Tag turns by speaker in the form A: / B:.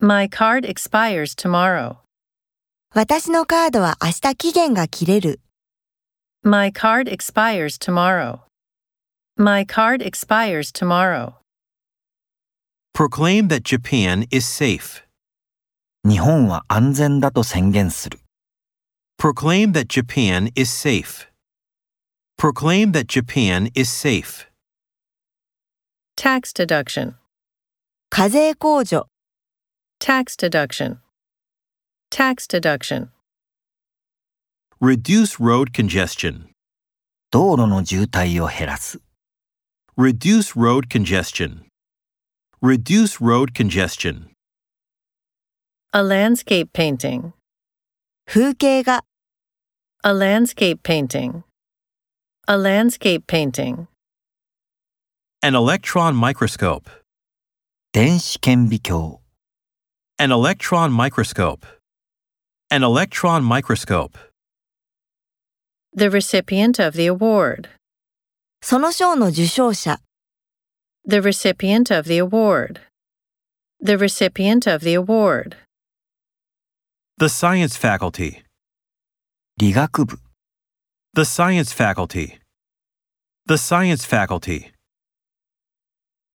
A: My card expires tomorrow.
B: 私のカードは明日期限が切れる。
A: My card expires tomorrow. My card expires tomorrow.
C: Proclaim that Japan is safe.
D: 日本は安全だと宣言する。
C: Proclaim that Japan is safe. Proclaim that Japan is safe.
A: Tax deduction.
B: 課税控除、
A: Tax deduction. Tax deduction.
C: Reduce road congestion.
D: 道路の渋滞を減らす。
C: Reduce road congestion. Reduce road congestion.
A: A landscape painting.
B: 風景画、
A: A landscape painting. A landscape painting.
C: An electron microscope.
D: 電子顕微鏡。
C: An electron microscope. An electron microscope.
A: The recipient of the award.
B: その賞の受賞者、
A: The recipient of the award. The recipient of the award.
C: The science faculty.
D: 理学部。
C: The science faculty. The science faculty.